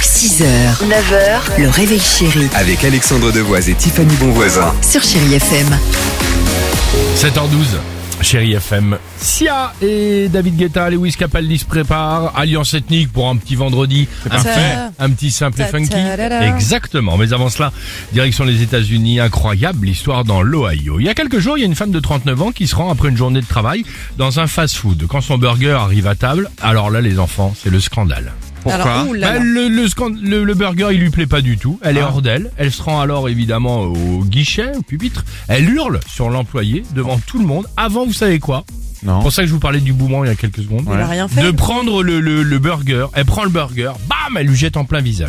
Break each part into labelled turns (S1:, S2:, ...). S1: 6h, 9h, le réveil chéri
S2: Avec Alexandre Devoise et Tiffany Bonvoisin.
S1: sur Chérie FM.
S3: 7h12, chérie FM. Sia et David Guetta, Lewis Capaldi se préparent. Alliance ethnique pour un petit vendredi. Un,
S4: parfait.
S3: un petit simple et
S4: Ta-
S3: funky.
S4: ta-ra-ra.
S3: Exactement. Mais avant cela, direction les États-Unis. Incroyable l'histoire dans l'Ohio. Il y a quelques jours, il y a une femme de 39 ans qui se rend après une journée de travail dans un fast-food. Quand son burger arrive à table, alors là, les enfants, c'est le scandale.
S4: Alors, Ah. ouh là
S3: Bah,
S4: là.
S3: le, le scan- le- le burger, il lui plaît pas du tout. Elle est hors d'elle. Elle se rend alors évidemment au guichet, au pupitre. Elle hurle sur l'employé devant tout le monde. Avant, vous savez quoi
S5: Non.
S3: C'est pour ça que je vous parlais du bouman il y a quelques secondes.
S4: Il a rien fait.
S3: De prendre le, le- le burger. Elle prend le burger. Bam Elle lui jette en plein visage.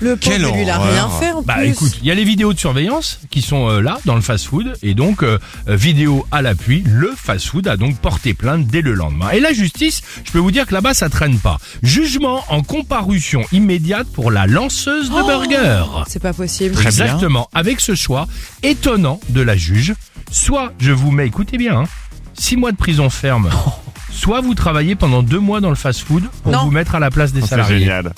S4: Le pauvre,
S5: Quelle
S4: mais lui, il a rien
S5: horreur.
S4: fait en
S3: Bah
S4: plus.
S3: écoute, il y a les vidéos de surveillance qui sont euh, là dans le fast-food et donc euh, euh, vidéo à l'appui, le fast-food a donc porté plainte dès le lendemain. Et la justice, je peux vous dire que là-bas ça traîne pas. Jugement en comparution immédiate pour la lanceuse
S4: Oh.
S3: de burger.
S4: C'est pas possible.
S5: Très bien.
S3: Exactement, avec ce choix étonnant de la juge, soit je vous mets, écoutez bien, hein, six mois de prison ferme. Soit vous travaillez pendant deux mois dans le fast-food pour
S4: Oh. Non.
S3: vous mettre à la place des
S5: Oh, C'est
S3: salariés.
S5: génial.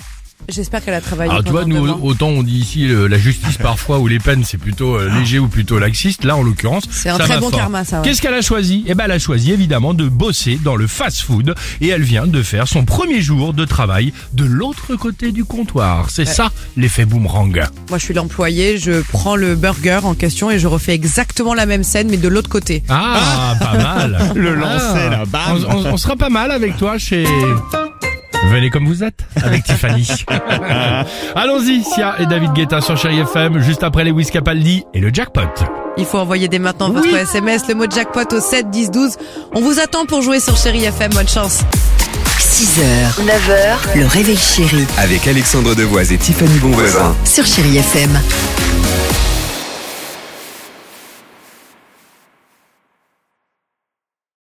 S4: J'espère qu'elle a travaillé.
S3: Alors tu vois,
S4: pendant
S3: nous
S4: deux ans.
S3: autant on dit ici euh, la justice parfois ou les peines c'est plutôt euh, léger ou plutôt laxiste. Là en l'occurrence,
S4: Ah. C'est un
S3: ça
S4: très
S3: va
S4: bon
S3: fort.
S4: karma, ça, ouais.
S3: Qu'est-ce qu'elle a choisi Eh ben elle a choisi évidemment de bosser dans le fast-food et elle vient de faire son premier jour de travail de l'autre côté du comptoir. C'est ça l'effet boomerang.
S4: Moi, je suis l'employé, je prends le burger en question et je refais exactement la même scène, mais de l'autre côté.
S3: Ah, pas mal. Ah.
S5: Le lancer, là, bam.
S3: On, on- on sera pas mal avec toi chez. Venez comme vous êtes avec Tiffany. Allons-y, Sia et David Guetta sur Chérie FM, juste après les Wiz Capaldi et le jackpot.
S4: Il faut envoyer dès maintenant votre SMS, le mot jackpot au 7 10 12. On vous attend pour jouer sur Chéri FM. Bonne chance.
S1: 6h, 9h, le réveil chéri
S2: Avec Alexandre Devoise et Tiffany Bonvoisin.
S1: sur Chérie FM.